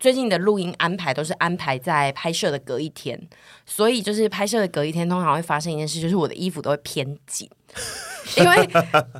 最近的录音安排都是安排在拍摄的隔一天，所以就是拍摄的隔一天，通常会发生一件事，就是我的衣服都会偏紧。 因为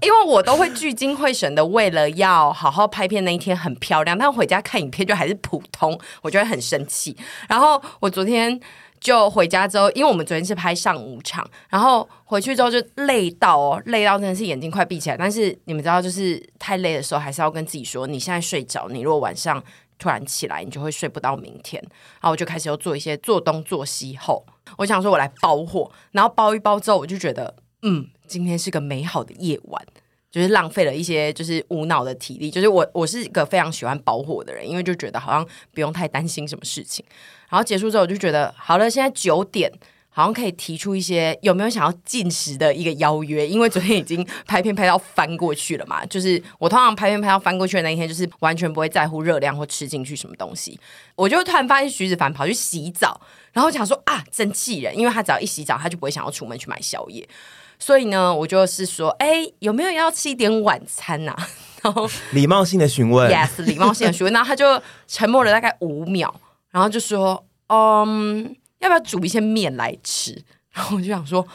因为我都会聚精会神的，为了要好好拍片那一天很漂亮，但回家看影片就还是普通，我就会很生气。然后我昨天嗯就回家之后，因为我们昨天是拍上午场，然后回去之后就累到哦，累到真的是眼睛快闭起来。但是你们知道，就是太累的时候，还是要跟自己说，你现在睡着，你如果晚上突然起来，你就会睡不到明天。然后我就开始又做一些做东做西后，我想说我来包货，然后包一包之后，我就觉得嗯。今天是个美好的夜晚，就是浪费了一些就是无脑的体力。就是我我是一个非常喜欢保火的人，因为就觉得好像不用太担心什么事情。然后结束之后，我就觉得好了，现在九点好像可以提出一些有没有想要进食的一个邀约，因为昨天已经拍片拍到翻过去了嘛。 就是我通常拍片拍到翻过去的那一天，就是完全不会在乎热量或吃进去什么东西。我就突然发现徐子凡跑去洗澡，然后我想说啊，真气人，因为他只要一洗澡，他就不会想要出门去买宵夜。所以呢，我就是说，哎、有没有要吃一点晚餐呐、然后礼貌性的询问。 yes，礼貌性的询问，然后他就沉默了大概五秒，然后就说，嗯，要不要煮一些面来吃？然后我就想说，哇，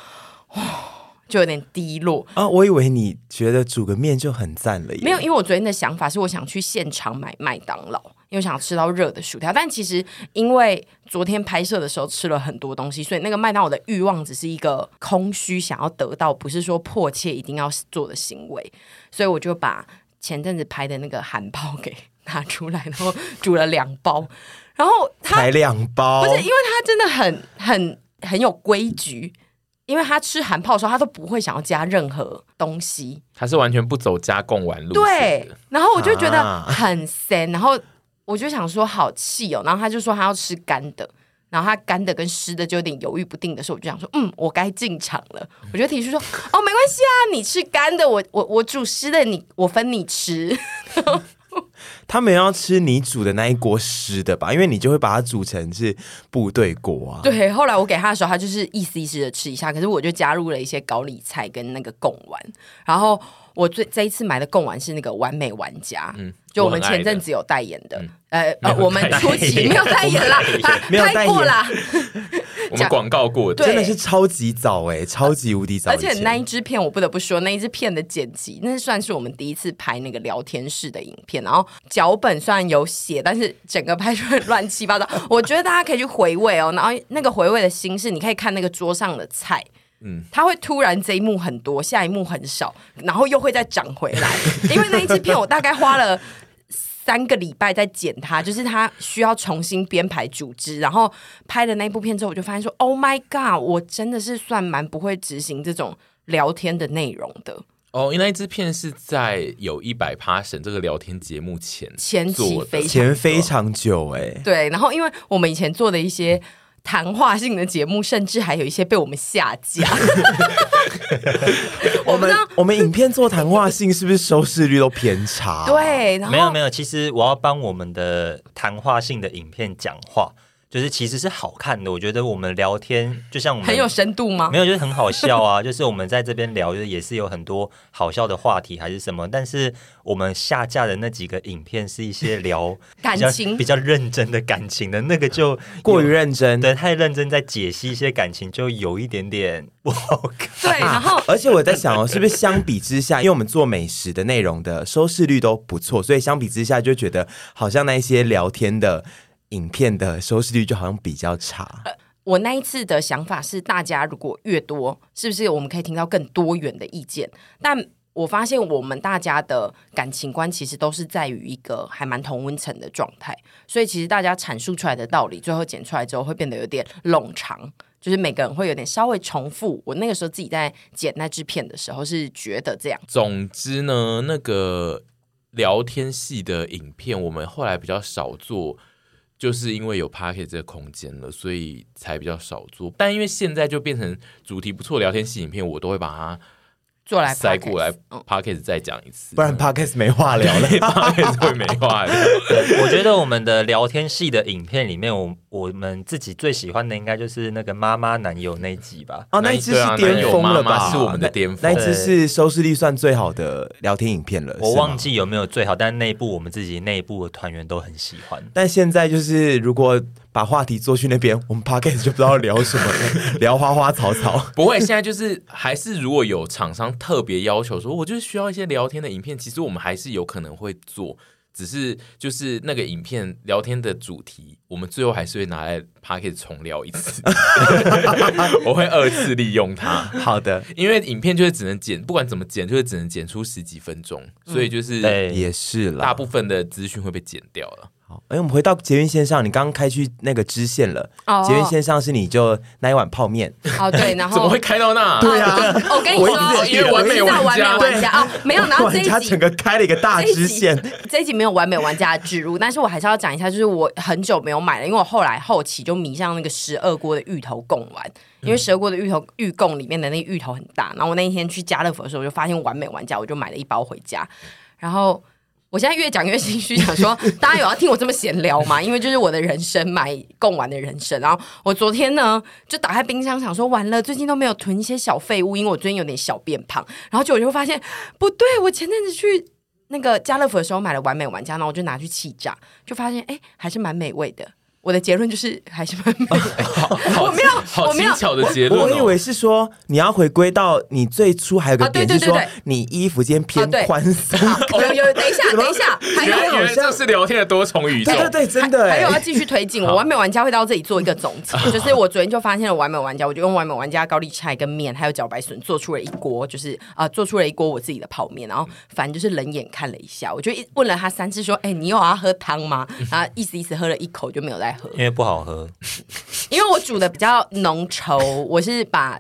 就有点低落。啊，我以为你觉得煮个面就很赞了耶。没有，因为我昨天的想法是，我想去现场买麦当劳，因为我想要吃到热的薯条。但其实因为昨天拍摄的时候吃了很多东西，所以那个麦当劳的欲望只是一个空虚想要得到，不是说迫切一定要做的行为。所以我就把前阵子拍的那个韩包给拿出来，然后煮了两包。然后他才两包，不是因为他真的很很很有规矩，因为他吃韩泡的时候，他都不会想要加任何东西。他是完全不走加贡丸路线对的，，然后我就觉得啊很咸，然后我就想说好气哦，然后他就说他要吃干的。然后他干的跟湿的就有点犹豫不定的时候，我就想说，嗯，我该进场了。我就提出说，哦，没关系啊，你吃干的，我我我煮湿的，你我分你吃。他们要吃你煮的那一锅湿的吧？因为你就会把它煮成是部队锅啊。对，后来我给他的时候，他就是意思意思的吃一下，可是我就加入了一些高丽菜跟那个贡丸。然后我最这一次买的贡丸是那个完美玩家，嗯，就我们我很爱嗯前阵子有代言的，呃没呃，有我们代言初期没有代言 啦， 啊他没有代拍言过啦，我们广告过的对呃真的是超级早哎、超级无敌早而以前。且那一支片，我不得不说，那一支片的剪辑，那算是我们第一次拍那个聊天室的影片。然后脚本虽然有写，但是整个拍出来乱七八糟。 我觉得大家可以去回味哦。然后那个回味的心是，你可以看那个桌上的菜。嗯，它会突然这一幕很多，下一幕很少，然后又会再涨回来。因为那一支片，我大概花了三个礼拜在剪 它，就是它需要重新编排组织。然后拍了那部片之后，我就发现说，Oh my god，我真的是算蛮不会执行这种聊天的内容的。哦，因为那一支片是在有一百 passion 这个聊天节目前前期做非常的，前非常久哎、对，然后因为我们以前做的一些谈话性的节目，甚至还有一些被我们下架。 我我不知们道，我们影片做谈话性是不是收视率都偏差？，对，然后没有没有，其实我要帮我们的谈话性的影片讲话，就是其实是好看的。我觉得我们聊天就像我们很有深度吗没？有，就是很好笑啊， 就是我们在这边聊，就是也是有很多好笑的话题还是什么，但是我们下架的那几个影片是一些聊 感比较情比较认真的感情的，那个就过于有认真。对太认真在解析一些感情，就有一点点不好看。对，然后啊而且我在想哦，是不是相比之下，因为我们做美食的内容的收视率都不错，所以相比之下就觉得好像那一些聊天的影片的收视率就好像比较差。我那一次的想法是，大家如果越多，是不是我们可以听到更多元的意见？但我发现我们大家的感情观其实都是在于一个还蛮同温层的状态，所以其实大家阐述出来的道理，最后剪出来之后会变得有点冗长，就是每个人会有点稍微重复。我那个时候自己在剪那支片的时候是觉得这样，总之呢，那个聊天系的影片，我们后来比较少做，就是因为有 p a r k e t 这个空间了，所以才比较少做。但因为现在就变成主题不错，聊天系影片我都会把做来它塞过来 podcast 嗯 p a r k e t 再讲一次，不然 podcast 没话聊了。 p a r k e t 会没话聊。 我觉得我们的聊天系的影片里面，我我我们自己最喜欢的应该就是那个妈妈男友那一集吧。哦，那一只对啊是巅峰了男友妈吧？妈是我们的巅峰那那一只是收视率算最好的聊天影片了。我是吗忘。记有没有最好，但内部我们自己内部的团员都很喜欢。但现在就是，如果把话题做去那边，我们 podcast 就不知道聊什么 了，聊花花草草。不会，现在就是还是如果有厂商特别要求说，我就是需要一些聊天的影片，其实我们还是有可能会做，只是就是那个影片聊天的主题，我们最后还是会拿来 p a c k e t 重聊一次，我会二次利用它。好的，因为影片就是只能剪，不管怎么剪，就是只能剪出十几分钟，所以就是对，也是啦。大部分的资讯会被剪掉了。好，哎、我们回到捷运线上，你刚刚开去那个支线了。哦捷运线上是你就那一碗泡面，哦，对， 然后怎么会开到那？对啊，哦我跟你我说，一直在因为我知道完美玩家哦，没有，然后玩这一家集整个开了一个大这一支线。集 这一集没有完美玩家的植入，但是我还是要讲一下，就是我很久没有买了，因为我后来后期就迷上那个十二锅的芋头贡丸，因为嗯十二锅的芋头芋贡里面的那个芋头很大，然后我那一天去家乐福的时候，我就发现完美玩家，我就买了一包回家，然后。我现在越讲越心虚，想 说大家有要听我这么闲聊吗？因为就是我的人生买贡丸的人生。然后我昨天呢，就打开冰箱想说，完了，最近都没有囤一些小废物，因为我最近有点小变胖。然后结果就发现不对，我前阵子去那个家乐福的时候买了完美玩家，然后我就拿去气炸，就发现哎、诶还是蛮美味的。我的结论就是还是蛮美味。好我没有好我没轻有巧的结论、哦我以为是说你要回归到你最初还有个啊对对点、是说对对你衣服今天啊对偏宽松，好有有，等一下，等一下，还原有来原来这是聊天的多重宇宙对。对对，真的还有要哎。继续推进，我完美玩家会到这里做一个总结，就是我昨天就发现了完美玩家，我就用完美玩家高丽菜跟面还有茭白笋做出了一锅，就是啊、呃做出了一锅我自己的泡面，然后反正就是冷眼看了一下，我就一问了他三次说，哎、你有要喝汤吗？然后意思意思喝了一口就没有再喝，因为不好喝，因为我煮的比较浓稠，我是把。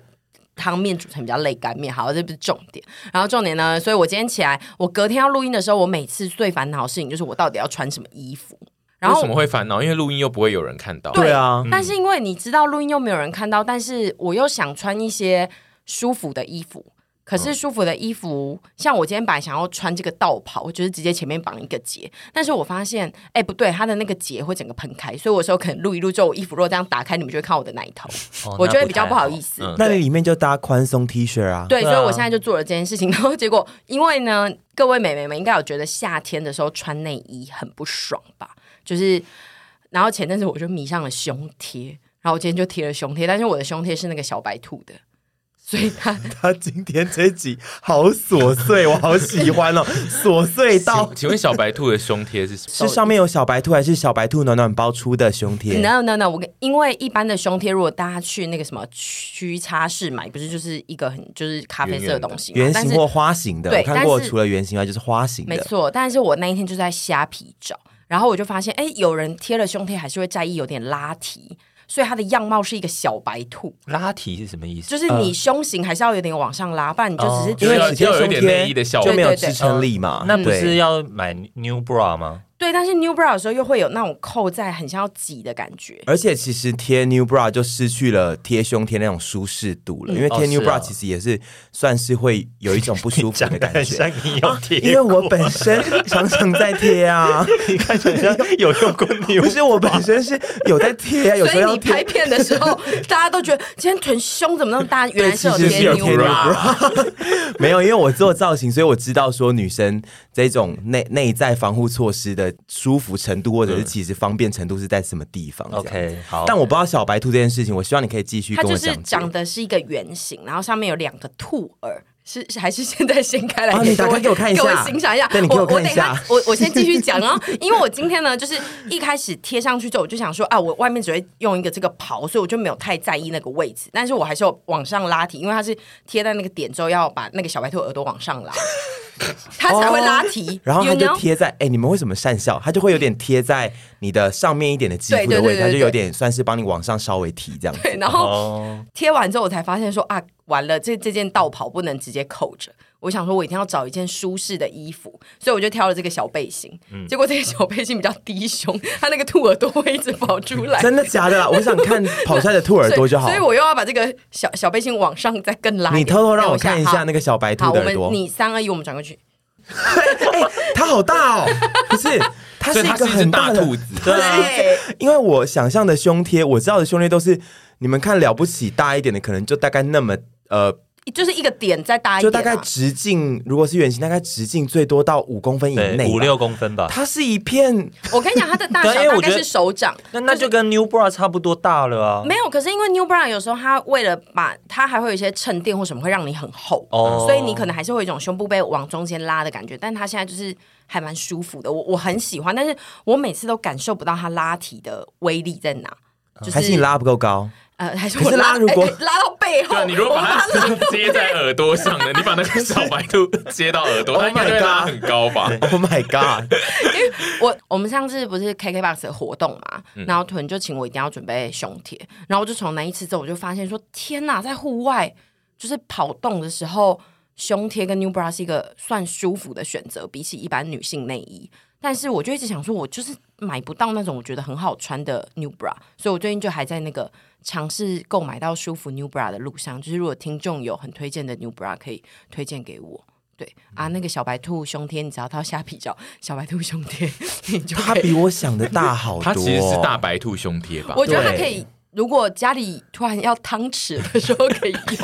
汤面煮成比较类干面，好，这不是重点。然后重点呢，所以我今天起来，我隔天要录音的时候，我每次最烦恼的事情就是我到底要穿什么衣服。然后为什么会烦恼？因为录音又不会有人看到。对啊，但是因为你知道录音又没有人看到，但是我又想穿一些舒服的衣服。可是舒服的衣服，像我今天本来想要穿这个道袍，我就是直接前面绑一个结，但是我发现，哎、不对，它的那个结会整个喷开，所以我有时候可能录一录之后，我衣服如果这样打开，你们就会看我的奶头，哦我那觉得比较太不好意思。嗯那你里面就搭宽松 T 恤啊。对，对所啊以我现在就做了这件事情，然 后结果因为呢，各位美眉们应该有觉得夏天的时候穿内衣很不爽吧？就是，然后前阵子我就迷上了胸贴，然后我今天就贴了胸贴，但是我的胸贴是那个小白兔的，所以 它他今天这一集好琐碎，我好喜欢哦，琐碎到请请问小白兔的胸贴是什是么？上面有小白兔还是小白兔暖暖包出的胸贴？ no no no，我跟因为一般的胸贴，如果大家去那个什么屈叉市买，不是就是一个很就是咖啡色的东西嘛，圆但形是或花形的，对我看过，但是除了圆形外就是花形没的。错，但是我那一天就在虾皮找，然后我就发现，哎，有人贴了胸贴还是会在意有点拉提，所以它的样貌是一个小白兔，拉提是什么意思？就是嗯你胸型还是要有点往上拉，不然你就只是哦觉得、因为要只贴要有一胸点贴内衣的效就果没有对对对支撑力嘛，那不对是要买 new bra 吗？对。但是 new bra 的时候又会有那种扣在很像要挤的感觉。而且其实贴 New Bra 就失去了贴胸贴那种舒适度了，因为贴哦 New 是啊 Bra 其实也是算是会有一种不舒服 讲的的很感觉。像你有 贴，因为我本身常常在贴啊，你看起来像有用过 new，不是我本身是有在贴啊，有时所候以要你拍贴。片的时 候，大家都觉得今天臀胸怎么那么大？原来是有啊其实是贴有啊 new bra，没有，因为我做造型，所以我知道说女生这种内内在防护措施的舒服程度，或嗯者是其实方便程度是在什么地方。这样 OK 好，但我不知道小白兔这件事情，我希望你可以继续它跟就我是讲解。长得是一个圆形，然后上面有两个兔耳。是是还是现在掀开来哦给你打各位开给我看一下各位欣赏一下。对你给我我看一等下下，我我先继续讲 哦，因为我今天呢，就是一开始贴上去之后，我就想说啊，我外面只会用一个这个袍，所以我就没有太在意那个位置，但是我还是有往上拉提，因为它是贴在那个点之后，要把那个小白兔耳朵往上拉，它才会拉提。哦然后它 you 就 know？贴在，哎、你们为什么善笑？它就会有点贴在你的上面一点的肌肤的对对对位置，它就对有点算是帮你往上稍微提这样子。对，然后哦，贴完之后，我才发现说啊，完了，这这件道袍不能直接扣着。我想说，我一定要找一件舒适的衣服，所以我就挑了这个小背心。嗯结果这个小背心比较低胸，它那个兔耳朵会一直跑出来，真的假的啦？我想看跑出来的兔耳朵就好。所以。所以我又要把这个小小背心往上再更拉一点。你偷偷让啊等我看一下那个个小白好，兔好的我耳们朵。你三二一，我们转过去。哎、它好大哦，不是，它所是一以它个是一只很大大的兔 子。对啊，对，因为我想象的胸贴，我知道的胸贴都是你们看了不起大一点的，可能就大概那么呃，就是一个点再大一就点、啊，大概直径，如果是圆形，大概直径最多到五公分以内对，吧，五六公分吧。它是一片我跟你讲，它的大对小因为大我概觉得是手掌。那那就跟 New Bra 差不多大了哦啊。没有，可是因为 New Bra 有时候它为了把它还会有一些衬垫或什么，会让你很厚，哦所以你可能还是会有一种胸部被往中间拉的感觉。但它现在就是还蛮舒服的，我我很喜欢，但是我每次都感受不到它拉提的威力在哪。就是、还是你拉不够高？呃， 还是可我是拉如果哎哎拉到背后，对啊，你如果把我它接在耳朵上的，你把那个小白兔接到耳朵， Oh 它应该就会 my 拉 God 很高吧？ Oh my god！我我们上次不是 KKBOX 的活动嘛，嗯然后屯就请我一定要准备胸贴，然后我就从那一次之后，我就发现说，天哪，在户外就是跑动的时候，胸贴跟 New Bra 是一个算舒服的选择，比起一般女性内衣。但是我就一直想说，我就是买不到那种我觉得很好穿的 New Bra，所以我最近就还在那个尝试购买到舒服 New Bra 的路上。就是如果听众有很推荐的 New Bra，可以推荐给我。对啊，那个小白兔胸贴，你只要到虾皮找小白兔胸贴，你就它可以比我想的大好多、哦。它其实是大白兔胸贴吧？我觉得它对可以，如果家里突然要汤匙的时候可以用，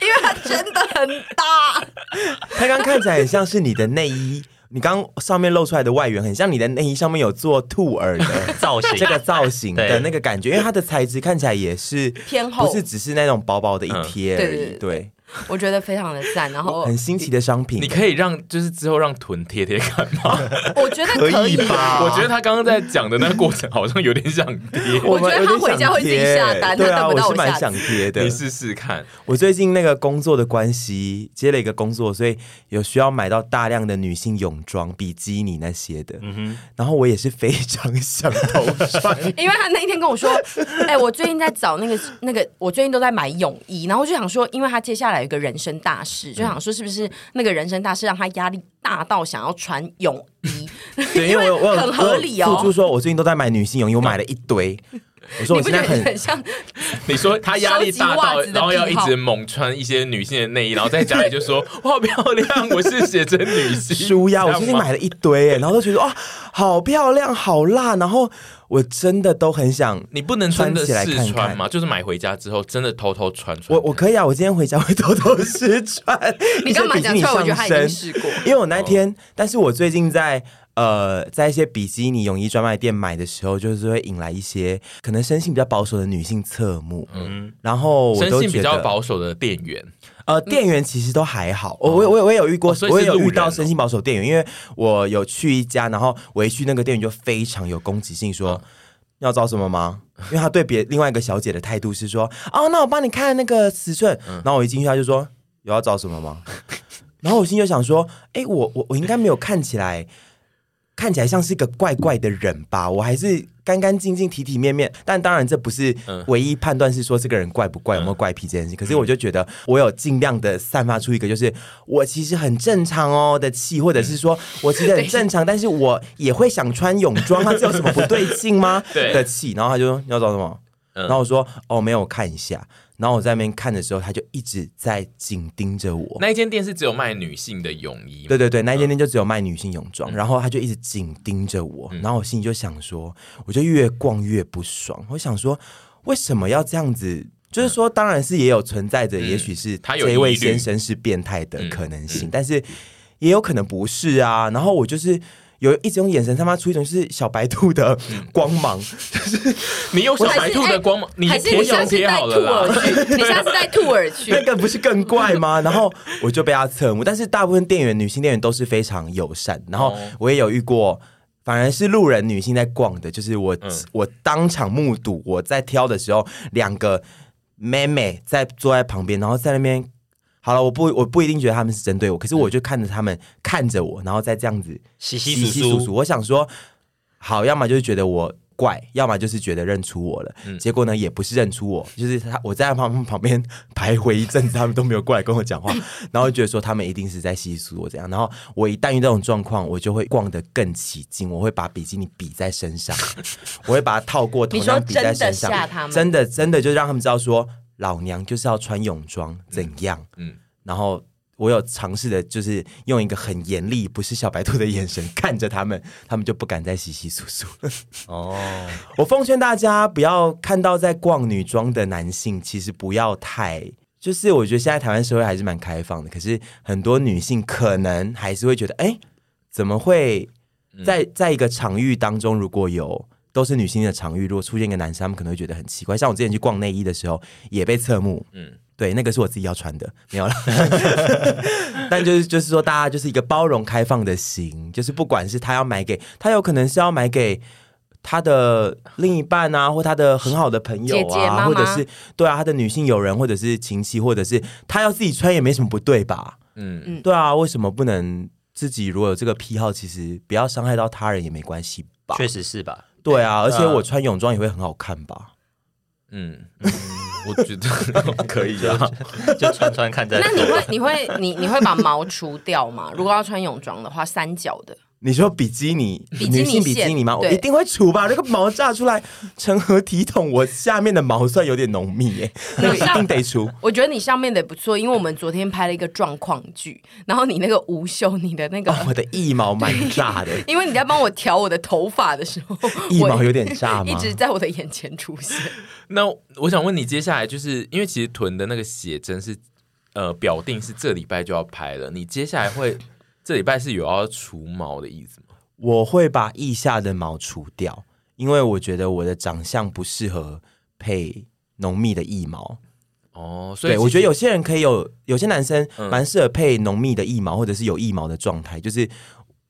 因为它真的很大。它刚看起来很像是你的内衣，你刚上面露出来的外缘很像你的内衣上面有做兔耳的造型这个造型的对那个感觉，因为它的材质看起来也是偏厚不是只是那种薄薄的一贴而已，嗯对对哦对，我觉得非常的赞。然后很新奇的商你品。可以让就是之后让臀贴贴看吗？我觉得可可以以吧我觉得他刚刚在讲的那个过程好像有点想贴，我觉得有他点回家会自己下单想贴对啊，他等不到我我是蛮下次想贴的你。试试看。我最近那个工作的关系，接了一个工作，所以有需要买到大量的女性泳装、比基尼那些的。然后我也是非常想投 穿。因为他那一天跟我说， 哎、我最近在找那个那个，我最近都在买泳衣，然后我就想说，因为他接下来有一个人生大事，就想说是不是那个人生大事让他压力大到想要穿泳衣？对，因为我有我有很合理哦我有付出说，我最近都在买女性泳衣，我买了一堆。我说 你我不觉现在得很很像？你说他压力收大集到，袜子的癖好。然后要一直猛穿一些女性的内衣，然后在家里 就说我好漂亮，我是写真女星。舒压，我最近这样吗买了一堆，然后都觉得哇，好漂亮，好辣，然后我真的都很想。你不能真的穿起来试看穿看吗？就是买回家之后真的偷偷穿穿。我我可以啊，我今天回家会偷偷试穿 你干嘛讲出来？我觉得他已经是。试过。因为我那天，哦但是我最近在呃，在一些比基尼泳衣专卖店买的时候，就是会引来一些可能身性比较保守的女性侧目。嗯，然后我身都性觉比较得保守的店员，呃，店员其实都还好，我我我我也有遇过，哦所以是我也有路遇人到哦身心保守店员，因为我有去一家，然后我一去那个店员就非常有攻击性，嗯说、你要找什么吗？因为他对别另外一个小姐的态度是说，哦，那我帮你看那个尺寸，嗯然后我一进去他就说有要找什么吗？然后我心里就想说，哎，我我我应该没有看起来。看起来像是一个怪怪的人吧，我还是干干净净、体体面面。但当然，这不是嗯唯一判断是说这个人怪不怪、有没有怪癖这件事。可是我就觉得，我有尽量的散发出一个就是我其实很正常哦的气，或嗯者是说我其实很正常，但是我也会想穿泳装啊，这有什么不对劲吗？ 对的气。然后他就说你要找什么？嗯然后我说哦，没有，我看一下。然后我在那边看的时候，他就一直在紧盯着我。那一间店是只有卖女性的泳衣吗。对对对，那一间店就只有卖女性泳装，嗯然后他就一直紧盯着我，然后我心里就想说，我就越逛越不爽，我想说为什么要这样子？就是说，当然是也有存在着，也许是嗯他有这一位疑虑嗯先生是变态的可能性，但是也有可能不是啊。然后我就是有一种眼神散发出一种就是小白兔的嗯光芒，你有小白兔的光芒，你还是贴你胸下次贴带好兔了啦。耳去，你下次带兔耳去。 那个不是更怪吗？ 然后我就被他侧目，但是大部分店员女性店员都是非常友善，然后哦我也有遇过。反而是路人女性在逛的，就是我、我当场目睹我在挑的时候，两个妹妹在坐在旁边，然后在那边，好了，我不我不一定觉得他们是针对我，可是我就看着他们看着我，然后再这样子稀稀稀疏稀疏疏疏，，我想说，好，要么就是觉得我怪，要么就是觉得认出我了。结果呢，也不是认出我，就是他我在他们旁边徘徊一阵子，他们都没有过来跟我讲话，然后就觉得说他们一定是在稀疏我这样。然后我一旦遇到这种状况，我就会逛得更起劲，我会把比基尼比在身上，我会把它套过头，你说然后比在身真的上吓他，们真嗯的真的就让他们知道说，老娘就是要穿泳装，怎样？嗯然后我有尝试的，就是用一个很严厉，不是小白兔的眼神看着他们，他们就不敢再稀稀疏疏了。哦， 我奉劝大家不要看到在逛女装的男性，其实不要太。就是我觉得现在台湾社会还是蛮开放的，可是很多女性可能还是会觉得，哎，怎么会在在一个场域当中，如果有都是女性的场域，如果出现一个男生，他们可能会觉得很奇怪。像我之前去逛内衣的时候，也被侧目，嗯嗯，对，那个是我自己要穿的，没有啦。 但就是就是说，大家就是一个包容开放的心，就是不管是他要买给他，有可能是要买给他的另一半啊，或他的很好的朋友啊，姐姐妈妈或者是对啊，他的女性友人，或者是亲戚，或者是他要自己穿也没什么不对吧？嗯嗯对啊，为什么不能自己如果有这个癖好，其实不要伤害到他人也没关系吧？确实是吧？对啊，而且嗯我穿泳装也会很好看吧？嗯，我 觉得 可以啊，就穿穿看在。那你会你会你你会把毛除掉吗？如果要穿泳装的话，三角的，你说比基尼，比基尼女性比基尼吗？线我对一定会除吧，那个毛炸出来成何体统？我下面的毛算有点浓密耶，那个一定得除。我觉得你上面的也不错，因为我们昨天拍了一个状况剧，然后你那个无袖，你的那个，哦，我的腋毛蛮炸的， 因为你在帮我调我的头发的时 候，腋我毛有点炸一吗？直在我的眼前出 现。那我想问你，接下来就是因为其实臀的那个写真是呃表定是这礼拜就要拍了，你接下来会这礼拜是有要除毛的意思吗？我会把腋下的毛除掉，因为我觉得我的长相不适合配浓密的腋毛。哦，所以对，其实我觉得有些人可以有，有些男生嗯蛮适合配浓密的腋毛，或者是有腋毛的状态。就是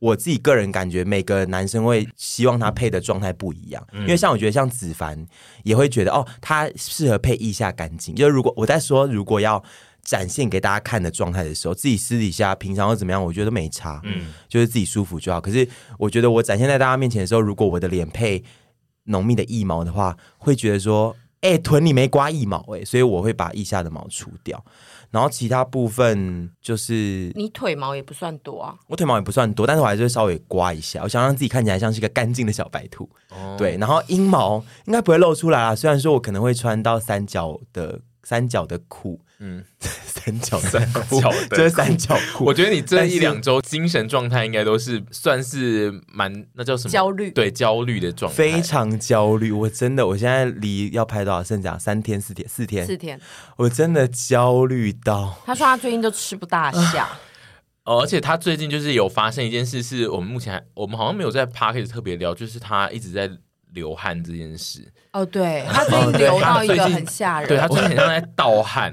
我自己个人感觉，每个男生会希望他配的状态不一样。嗯因为像我觉得像子凡也会觉得哦，他适合配腋下干净。就是如果我在说如果要展现给大家看的状态的时候，自己私底下平常要怎么样，我觉得没差，嗯，就是自己舒服就好。可是我觉得我展现在大家面前的时候，如果我的脸配浓密的腋毛的话，会觉得说，哎、臀里没刮腋毛、哎，所以我会把腋下的毛除掉。然后其他部分就是你腿毛也不算多啊，我腿毛也不算多，但是我还是会稍微刮一下，我想让自己看起来像是一个干净的小白兔。哦对，然后阴毛应该不会露出来啦，虽然说我可能会穿到三角的三角的裤，嗯嗯， 三角三三裤，角的裤 就是三角裤。我觉得你这但是一两周精神状态应该都是算是蛮那叫什么焦虑对焦虑的状态，非常焦虑，我真的，我现在离要拍多少剩下三天四天四天，四天。我真的焦虑到他说他最近都吃不大下，啊哦，而且他最近就是有发生一件事，是我们目前还我们好像没有在 p a r k e 特别聊，就是他一直在流汗这件事。 哦，对他最近流到一个很吓人，对他最近很 像在盗汗，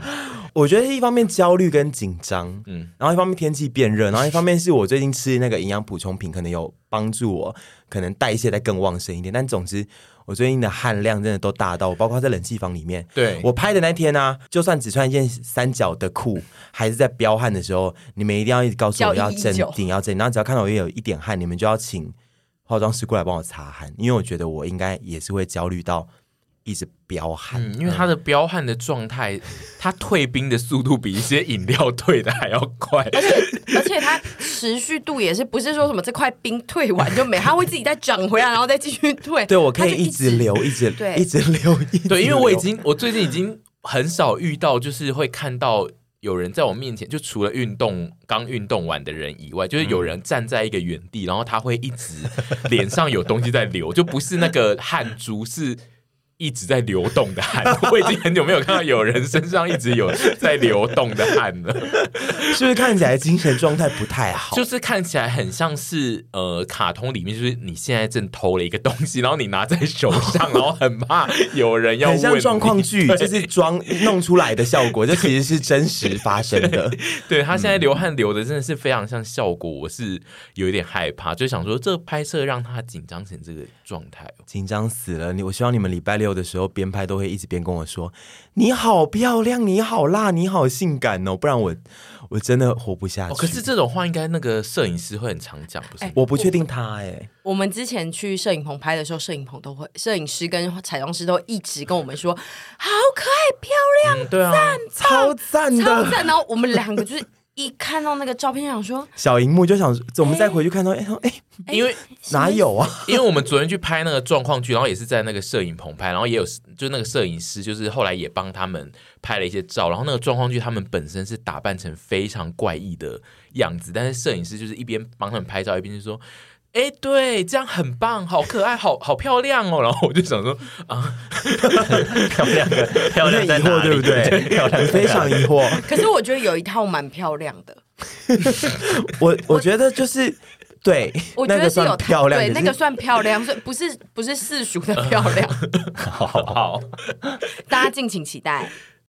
我觉得是一方面焦虑跟紧张，嗯嗯，然后一方面天气变热，然后一方面是我最近吃那个营养补充品，可能有帮助我，可能代谢再更旺盛一点。但总之，我最近的汗量真的都大到，我包括在冷气房里面，对我拍的那天呢、啊就算只穿一件三角的裤，还是在飙汗的时候，你们一定要一直告诉我叫要119镇定，要镇定。然后只要看到我有一点汗，你们就要请化妆师过来帮我擦汗，因为我觉得我应该也是会焦虑到一直飙汗。嗯，因为他的彪悍的状态，他退冰的速度比一些饮料退的还要快。 而且他持续度也是不是说什么这块冰退完就没，他会自己再长回来，然后再继续退。 对，我可他以就一直流，一直 对一直流，一直对，因为流我已经我最近已经很少遇到，就是会看到有人在我面前，就除了运动刚运动完的人以外，就是嗯有人站在一个原地，然后他会一直脸上有东西在流，就不是那个汗珠是。一直在流动的汗，我已经很久没有看到有人身上一直有在流动的汗了。是不是看起来精神状态不太好？就是看起来很像是呃，卡通里面就是你现在正偷了一个东西，然后你拿在手上，然后很怕有人要很问像你状况剧，对就是装弄出来的效果，这其实是真实发生的。 对他嗯现在流汗流的真的是非常像效果，我是有一点害怕，就想说这拍摄让他紧张成这个状态哦。紧张死了！你，我希望你们礼拜六的时候边拍都会一直边跟我说：“你好漂亮，你好辣，你好性感哦！”不然我我真的活不下啊去。哦可是这种话应该那个摄影师会很常讲，不是吗？我不确定他哎、我们之前去摄影棚拍的时候，摄影棚都会，摄影师跟彩妆师都一直跟我们说，好可爱，漂亮，嗯对啊，超赞超的，赞。然后我们两个就是一看到那个照片，想说小荧幕就想，我们再回去看到，哎、说哎、因为哪有啊？ 因为我们昨天去拍那个状况剧，然后也是在那个摄影棚拍，然后也有就那个摄影师，就是后来也帮他们拍了一些照。然后那个状况剧，他们本身是打扮成非常怪异的样子，但是摄影师就是一边帮他们拍照，一边就说。哎，对，这样很棒，好可爱，好好漂亮哦。然后我就想说， 漂亮的漂亮在有点疑惑哪里？对不对漂亮在非哪常里疑惑。可是我觉得有一套蛮漂亮的，我我觉得就是对，我觉那得个是有算漂亮，对，可那是个算漂亮，所以不是 不是世俗的漂亮，好好好。大家敬请期待。